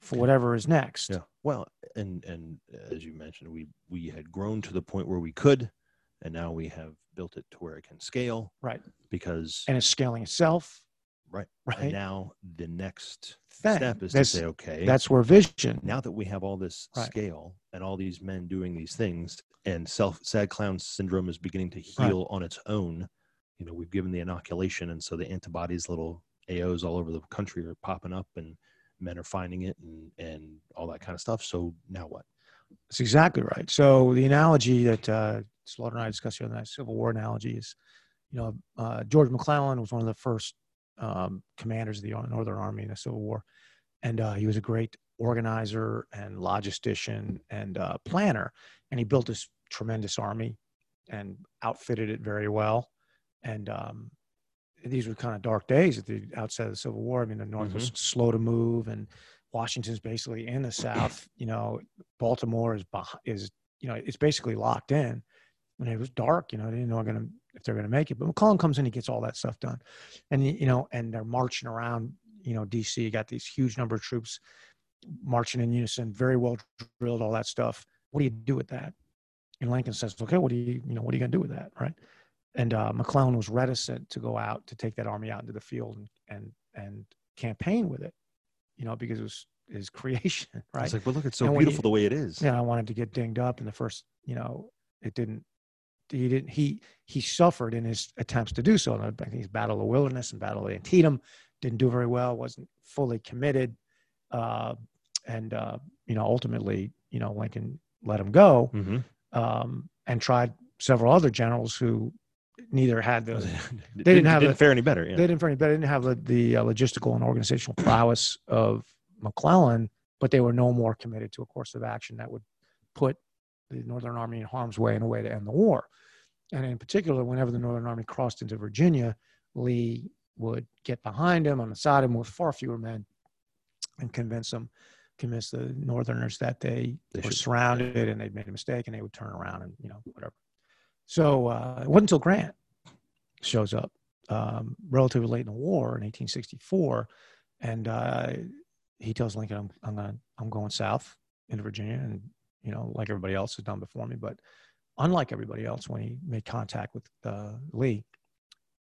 for whatever is next Yeah. Well, and and as you mentioned, we we had grown to the point where we could, and now we have built it to where it can scale. Right. Because and it's scaling itself Right. right and now the next Thing. step is That's- to say, okay, That's where vision. now that we have all this Right. scale and all these men doing these things and self sad clown syndrome is beginning to Right. heal on its own you know we've given the inoculation and so the antibodies little aos all over the country are popping up and men are finding it and and all that kind of stuff so now what That's exactly right. So the analogy that uh, Slaughter and I discussed the other night, Civil War analogy, is you know uh, George McClellan was one of the first um, commanders of the Ar- Northern Army in the Civil War, and uh, he was a great organizer and logistician and uh, planner, and he built this tremendous army and outfitted it very well. And um, these were kind of dark days at the outset of the Civil War. I mean, the North was slow to move, and Washington's basically in the South. You know, Baltimore is beh- is you know it's basically locked in. And it was dark, you know, they didn't know gonna if they're gonna make it. But McClellan comes in, he gets all that stuff done, and y- you know, and they're marching around, you know, D.C. You got these huge number of troops marching in unison, very well drilled, all that stuff. What do you do with that? And Lincoln says, "Okay, what do you you know what are you gonna do with that, right?" And uh, McClellan was reticent to go out to take that army out into the field and and and campaign with it, you know, because it was his [laughs] creation, right? it's like well look it's so And when beautiful you- the way it is Yeah, I wanted to get dinged up in the first, you know, it didn't he didn't he he suffered in his attempts to do so. And I think he's Battle of the Wilderness and Battle of Antietam didn't do very well, wasn't fully committed. Uh, and uh, you know, ultimately, you know, Lincoln let him go [laughs] Mhm. um, and tried several other generals who neither had the they didn't have didn't a- fare any better yeah. they didn't for any, they didn't have the, the uh, logistical and organizational [clears throat] prowess of McClellan, but they were no more committed to a course of action that would put the Northern Army in harm's way in a way to end the war. And in particular, whenever the Northern Army crossed into Virginia, Lee would get behind him on the side of him with far fewer men and convince them, convince the Northerners that they, They were should- surrounded and they'd made a mistake and they would turn around and, you know, whatever. So uh, it wasn't until Grant shows up um, relatively late in the war in 1864, and uh, he tells Lincoln, "I'm I'm, gonna, I'm going south into Virginia, and you know, like everybody else has done before me, but unlike everybody else, when he made contact with uh, Lee,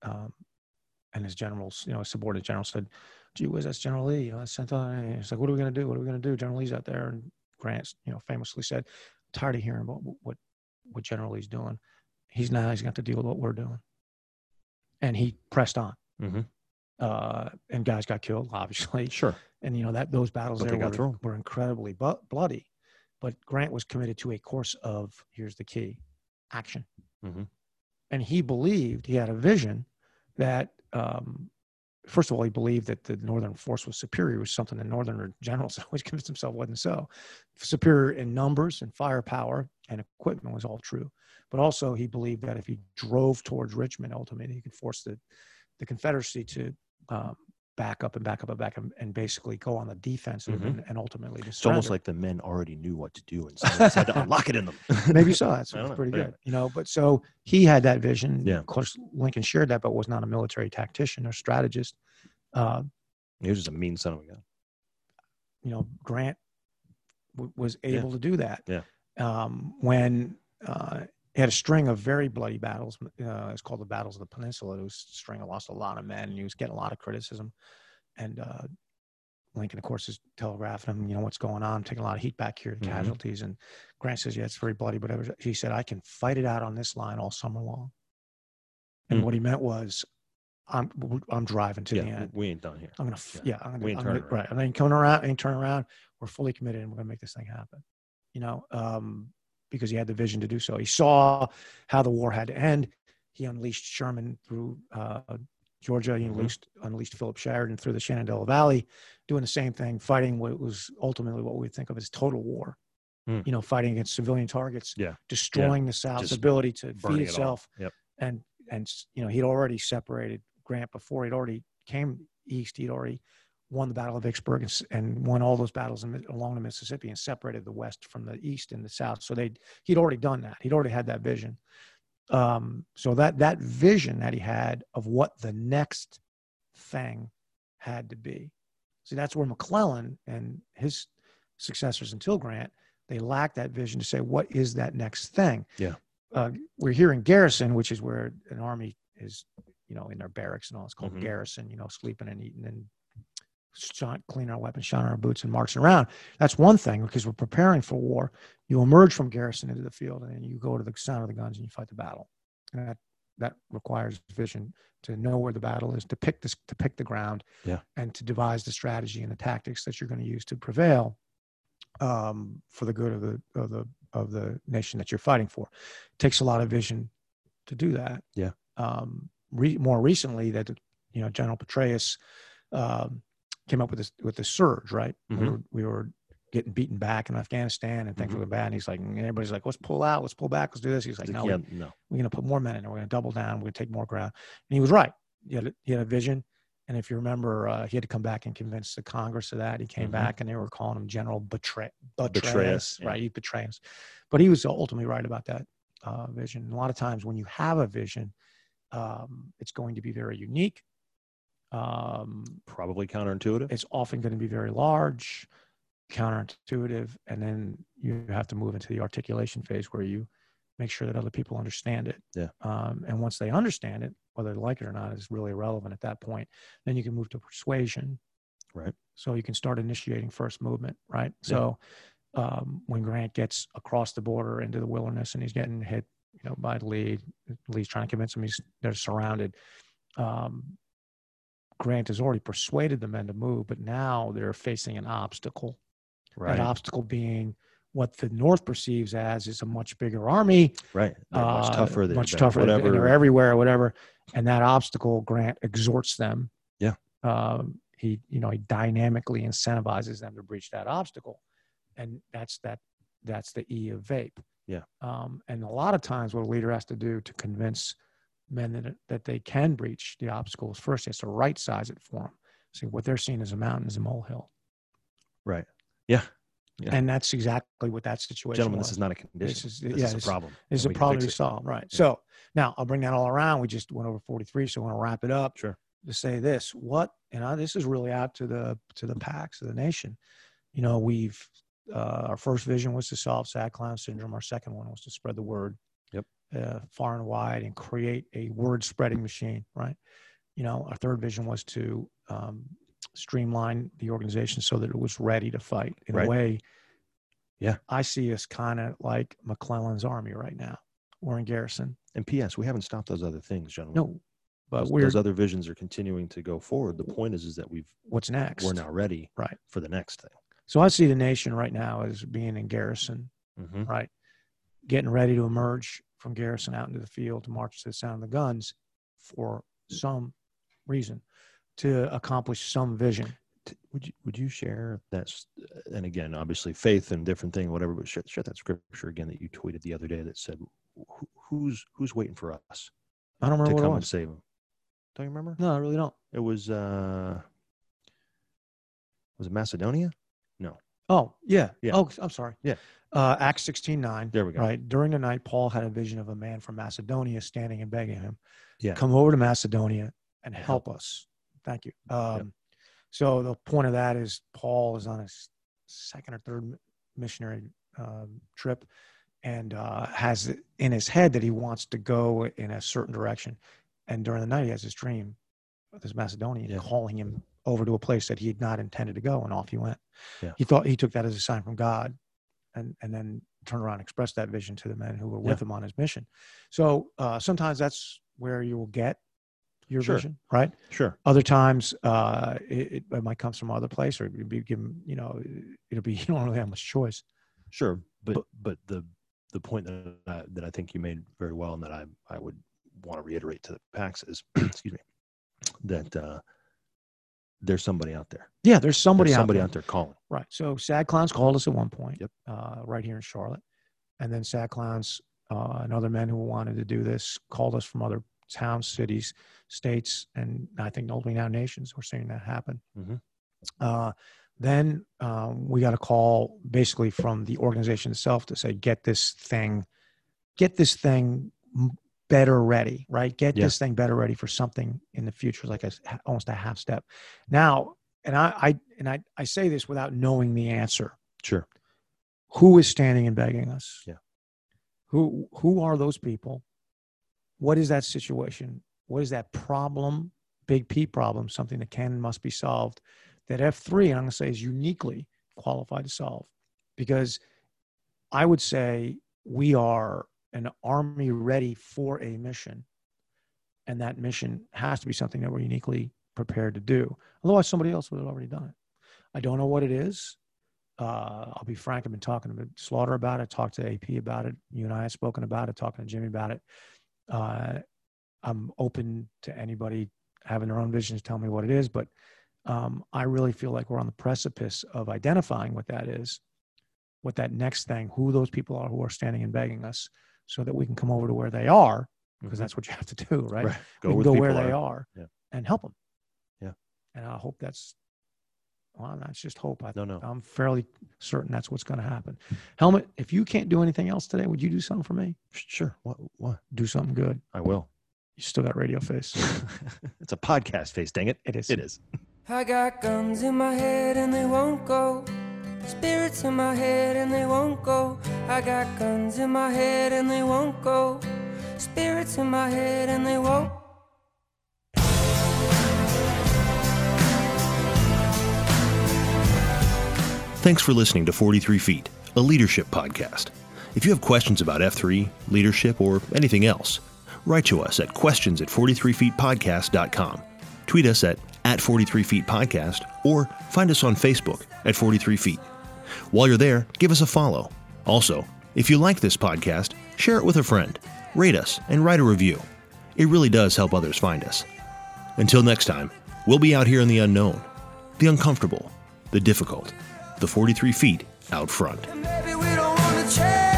um, and his generals, you know, his subordinate general said, "Gee whiz, that's General Lee. You know, that's sent on." And he's like, "What are we gonna do? What are we gonna do?" General Lee's out there, and Grant, you know, famously said, "Tired of hearing what what what General Lee's doing. He's now he's got to deal with what we're doing." And he pressed on. Mhm. Uh, and guys got killed, [laughs] obviously sure and you know that those battles But there they got were, through 'em. were incredibly bu- bloody but grant was committed to a course of here's the key action Mhm. and he believed he had a vision that um, first of all he believed that the northern force was superior was something the northern generals [laughs] always convinced himself wasn't so superior in numbers and firepower and equipment was all true but also he believed that if he drove towards richmond ultimately he could force the, the confederacy to um, back up and back up and back up and basically go on the defensive Mhm. and, and ultimately to it's almost surrender. like the men already knew what to do and someone just [laughs] had to unlock it in them maybe so that's I don't know, pretty but good anyway. you know but so he had that vision Yeah. of course lincoln shared that but was not a military tactician or strategist uh, [laughs] he was just a mean son of a gun you know grant w- was Yeah. able to do that Yeah. um, when uh, had a string of very bloody battles. Uh, it's called the Battles of the Peninsula. It was a string of lost a lot of men, and he was getting a lot of criticism. And uh, Lincoln, of course, is telegraphing him, you know, what's going on, taking a lot of heat back here, Mhm. casualties. And Grant says, yeah, it's very bloody, but I- he said, I can fight it out on this line all summer long. And Hmm. what he meant was, I'm I'm driving to yeah, the end. we ain't done here. I'm gonna, f- yeah, Yeah. I'm gonna, We ain't I'm gonna- turning around. right. And then coming around and turn around, we're fully committed and we're gonna make this thing happen. You know, um, because he had the vision to do so. He saw how the war had to end. He unleashed Sherman through uh, Georgia. He Mhm. unleashed unleashed Philip Sheridan through the Shenandoah Valley, doing the same thing, fighting what was ultimately what we think of as total war. Hmm. You know, fighting against civilian targets, Yeah. destroying the South's Just ability to feed burning it all. itself, Yep. and and you know he'd already separated Grant before he'd already came east. He'd already won the Battle of Vicksburg and, s- and won all those battles in, Mi- along the Mississippi and separated the West from the East and the South. So they he'd already done that. He'd already had that vision. Um, so that that vision that he had of what the next thing had to be. See, that's where McClellan and his successors until Grant they lacked that vision to say what is that next thing. Yeah. Uh, we're here in garrison, which is where an army is, you know, in their barracks and all. It's called Mhm. garrison. You know, sleeping and eating and shot, cleaning our weapons, shining our boots, and marching around. That's one thing because we're preparing for war. You emerge from garrison into the field, and then you go to the sound of the guns and you fight the battle. And that that requires vision to know where the battle is, to pick this, to pick the ground, Yeah. and to devise the strategy and the tactics that you're going to use to prevail um, for the good of the of the of the nation that you're fighting for. takes a lot of vision to do that. Yeah. Um, re- more recently, that you know, General Petraeus um, came up with this with the surge, right? We, Mhm. were, we were getting beaten back in Afghanistan, and things Mhm. were bad. And he's like, and everybody's like, let's pull out, let's pull back, let's do this. He's like, It's no, like, we- yeah, no. we're going to put more men in, and we're going to double down, we're going to take more ground. And he was right. He had, a- he had a vision. And if you remember, uh, he had to come back and convince the Congress of that. He came Mhm. back and they were calling him General Betray- Betray Betrayus. us, yeah. Right. He betrayed us. But he was ultimately right about that uh, vision. And a lot of times when you have a vision, um, it's going to be very unique. Um, Probably counterintuitive. it's often going to be very large, counterintuitive, and then you have to move into the articulation phase where you make sure that other people understand it. Yeah. Um, and once they understand it, whether they like it or not, is really irrelevant at that point. Then you can move to persuasion. Right. So you can start initiating first movement. Right. So um, when Grant gets across the border into the wilderness and he's getting hit, you know, by Lee, Lee's trying to convince him he's they're surrounded. Um, Grant has already persuaded the men to move, but now they're facing an obstacle. Right. That obstacle being what the North perceives as is a much bigger army, right. They're much uh, tougher. They're much better, tougher, and- Whatever. and they're everywhere, whatever. And that obstacle, Grant exhorts them. Yeah. Um, he, you know, he dynamically incentivizes them to breach that obstacle, and that's that. That's the E of vape. Yeah. Um, and a lot of times, what a leader has to do to convince men that that they can breach the obstacles first, he has to right size it for them. See, what they're seeing as a mountain is a molehill. Right. Yeah. Yeah. And that's exactly what that situation. Gentlemen, was. this is not a condition. is- This is, yeah, a this- problem. is and a we can problem fix to it. solve, right? Yeah. So now I'll bring that all around. We just went over 43, so I want to wrap it up Sure. to say this: what and I, this is really out to the to the packs of the nation. You know, we've uh, our first vision was to solve Sad Clown syndrome. Our second one was to spread the word, Yep. uh, far and wide, and create a word spreading machine, right? You know, our third vision was to um, streamline the organization so that it was ready to fight in a Right. way. Yeah. I see us kind of like McClellan's army right now. We're in garrison. And P.S. We haven't stopped those other things, gentlemen. No, but those, we're those other visions are continuing to go forward. The point is, is that we've what's next? we're now ready Right. for the next thing. So I see the nation right now as being in garrison, Mm-hmm. right? Getting ready to emerge from garrison out into the field to march to the sound of the guns for some reason to accomplish some vision. Would you would you share that? s- And again, obviously, faith and different thing, whatever. But share, share that scripture again that you tweeted the other day that said, "Who- "Who's who's waiting for us I don't to remember what come it and was. save them?" Don't you remember? No, I really don't. It was uh, was it Macedonia? Oh, yeah. Yeah. Oh, I'm sorry. Yeah. Uh, Acts 16 9. There we go. Right. During the night, Paul had a vision of a man from Macedonia standing and begging him, Yeah. Come over to Macedonia and And help us. Thank you. Um, So the point of that is Paul is on his second or third missionary um, trip. and uh, has it in his head that he wants to go in a certain direction. And during the night, he has this dream of this Macedonian Yeah. calling him over to a place that he had not intended to go, and off he went. Yeah. He thought he took that as a sign from God, and and then turned around and expressed that vision to the men who were with him on his mission. So uh, sometimes that's where you will get your Sure. vision, right? Sure. Other times, uh, it, it might come from other place, or it'd be given. You know, it'll be [laughs] you don't really have much choice. Sure, but But- but, the the point that I, that I think you made very well, and that I I would want to reiterate to the PAX is, [clears throat] excuse me, that uh, there's somebody out there, Yeah, there's somebody there's out somebody there. out there calling. Right. So Sad Clowns called us at one point, Yep. uh, right here in Charlotte. And then Sad Clowns uh, and other men who wanted to do this called us from other towns, cities, states, and I think ultimately now nations. We're seeing that happen. Mhm. Uh, then um, we got a call basically from the organization itself to say, get this thing, get this thing m- better ready, right? Get Yeah. this thing better ready for something in the future, like a, s- almost a half step. Now, and I, I and I, I say this without knowing the answer. Sure. Who is standing and begging us? Yeah. Who who are those people? What is that situation? What is that problem? Big P problem, something that can and must be solved that F3, and I'm gonna say is uniquely qualified to solve. Because I would say we are an army ready for a mission. And that mission has to be something that we're uniquely prepared to do. Otherwise, somebody else would have already done it. I don't know what it is. Uh, I'll be frank. I've been talking to Slaughter about it. Talked to AP about it. You and I have spoken about it. Talking to Jimmy about it. Uh, I'm open to anybody having their own visions. Tell me what it is, but um, I really feel like we're on the precipice of identifying what that is, what that next thing, who those people are who are standing and begging us, so that we can come over to where they are, because that's what you have to do, right? Right. we can the go where people they are Yeah. and help them. Yeah. And I hope that's, well, that's just hope. I, No, no. I'm fairly certain that's what's going to happen. Helmet, if you can't do anything else today, would you do something for me? Sure. What? What? Do something good. [laughs] I will. You still got radio face. it's a podcast face. Dang it. It is. It is. I got guns in my head and they won't go. Spirits in my head and they won't go. I got guns in my head and they won't go. Spirits in my head and they won't. Thanks for listening to 43 Feet, a leadership podcast. If you have questions about F3, leadership, or anything else, write to us at questions at 43feetpodcast.com. Tweet us at, at 43feetpodcast or find us on Facebook at 43 Feet. While you're there, give us a follow. Also, if you like this podcast, share it with a friend, rate us, and write a review. It really does help others find us. Until next time, we'll be out here in the unknown, the uncomfortable, the difficult, the 43 feet out front. And maybe we don't wanna change. oh.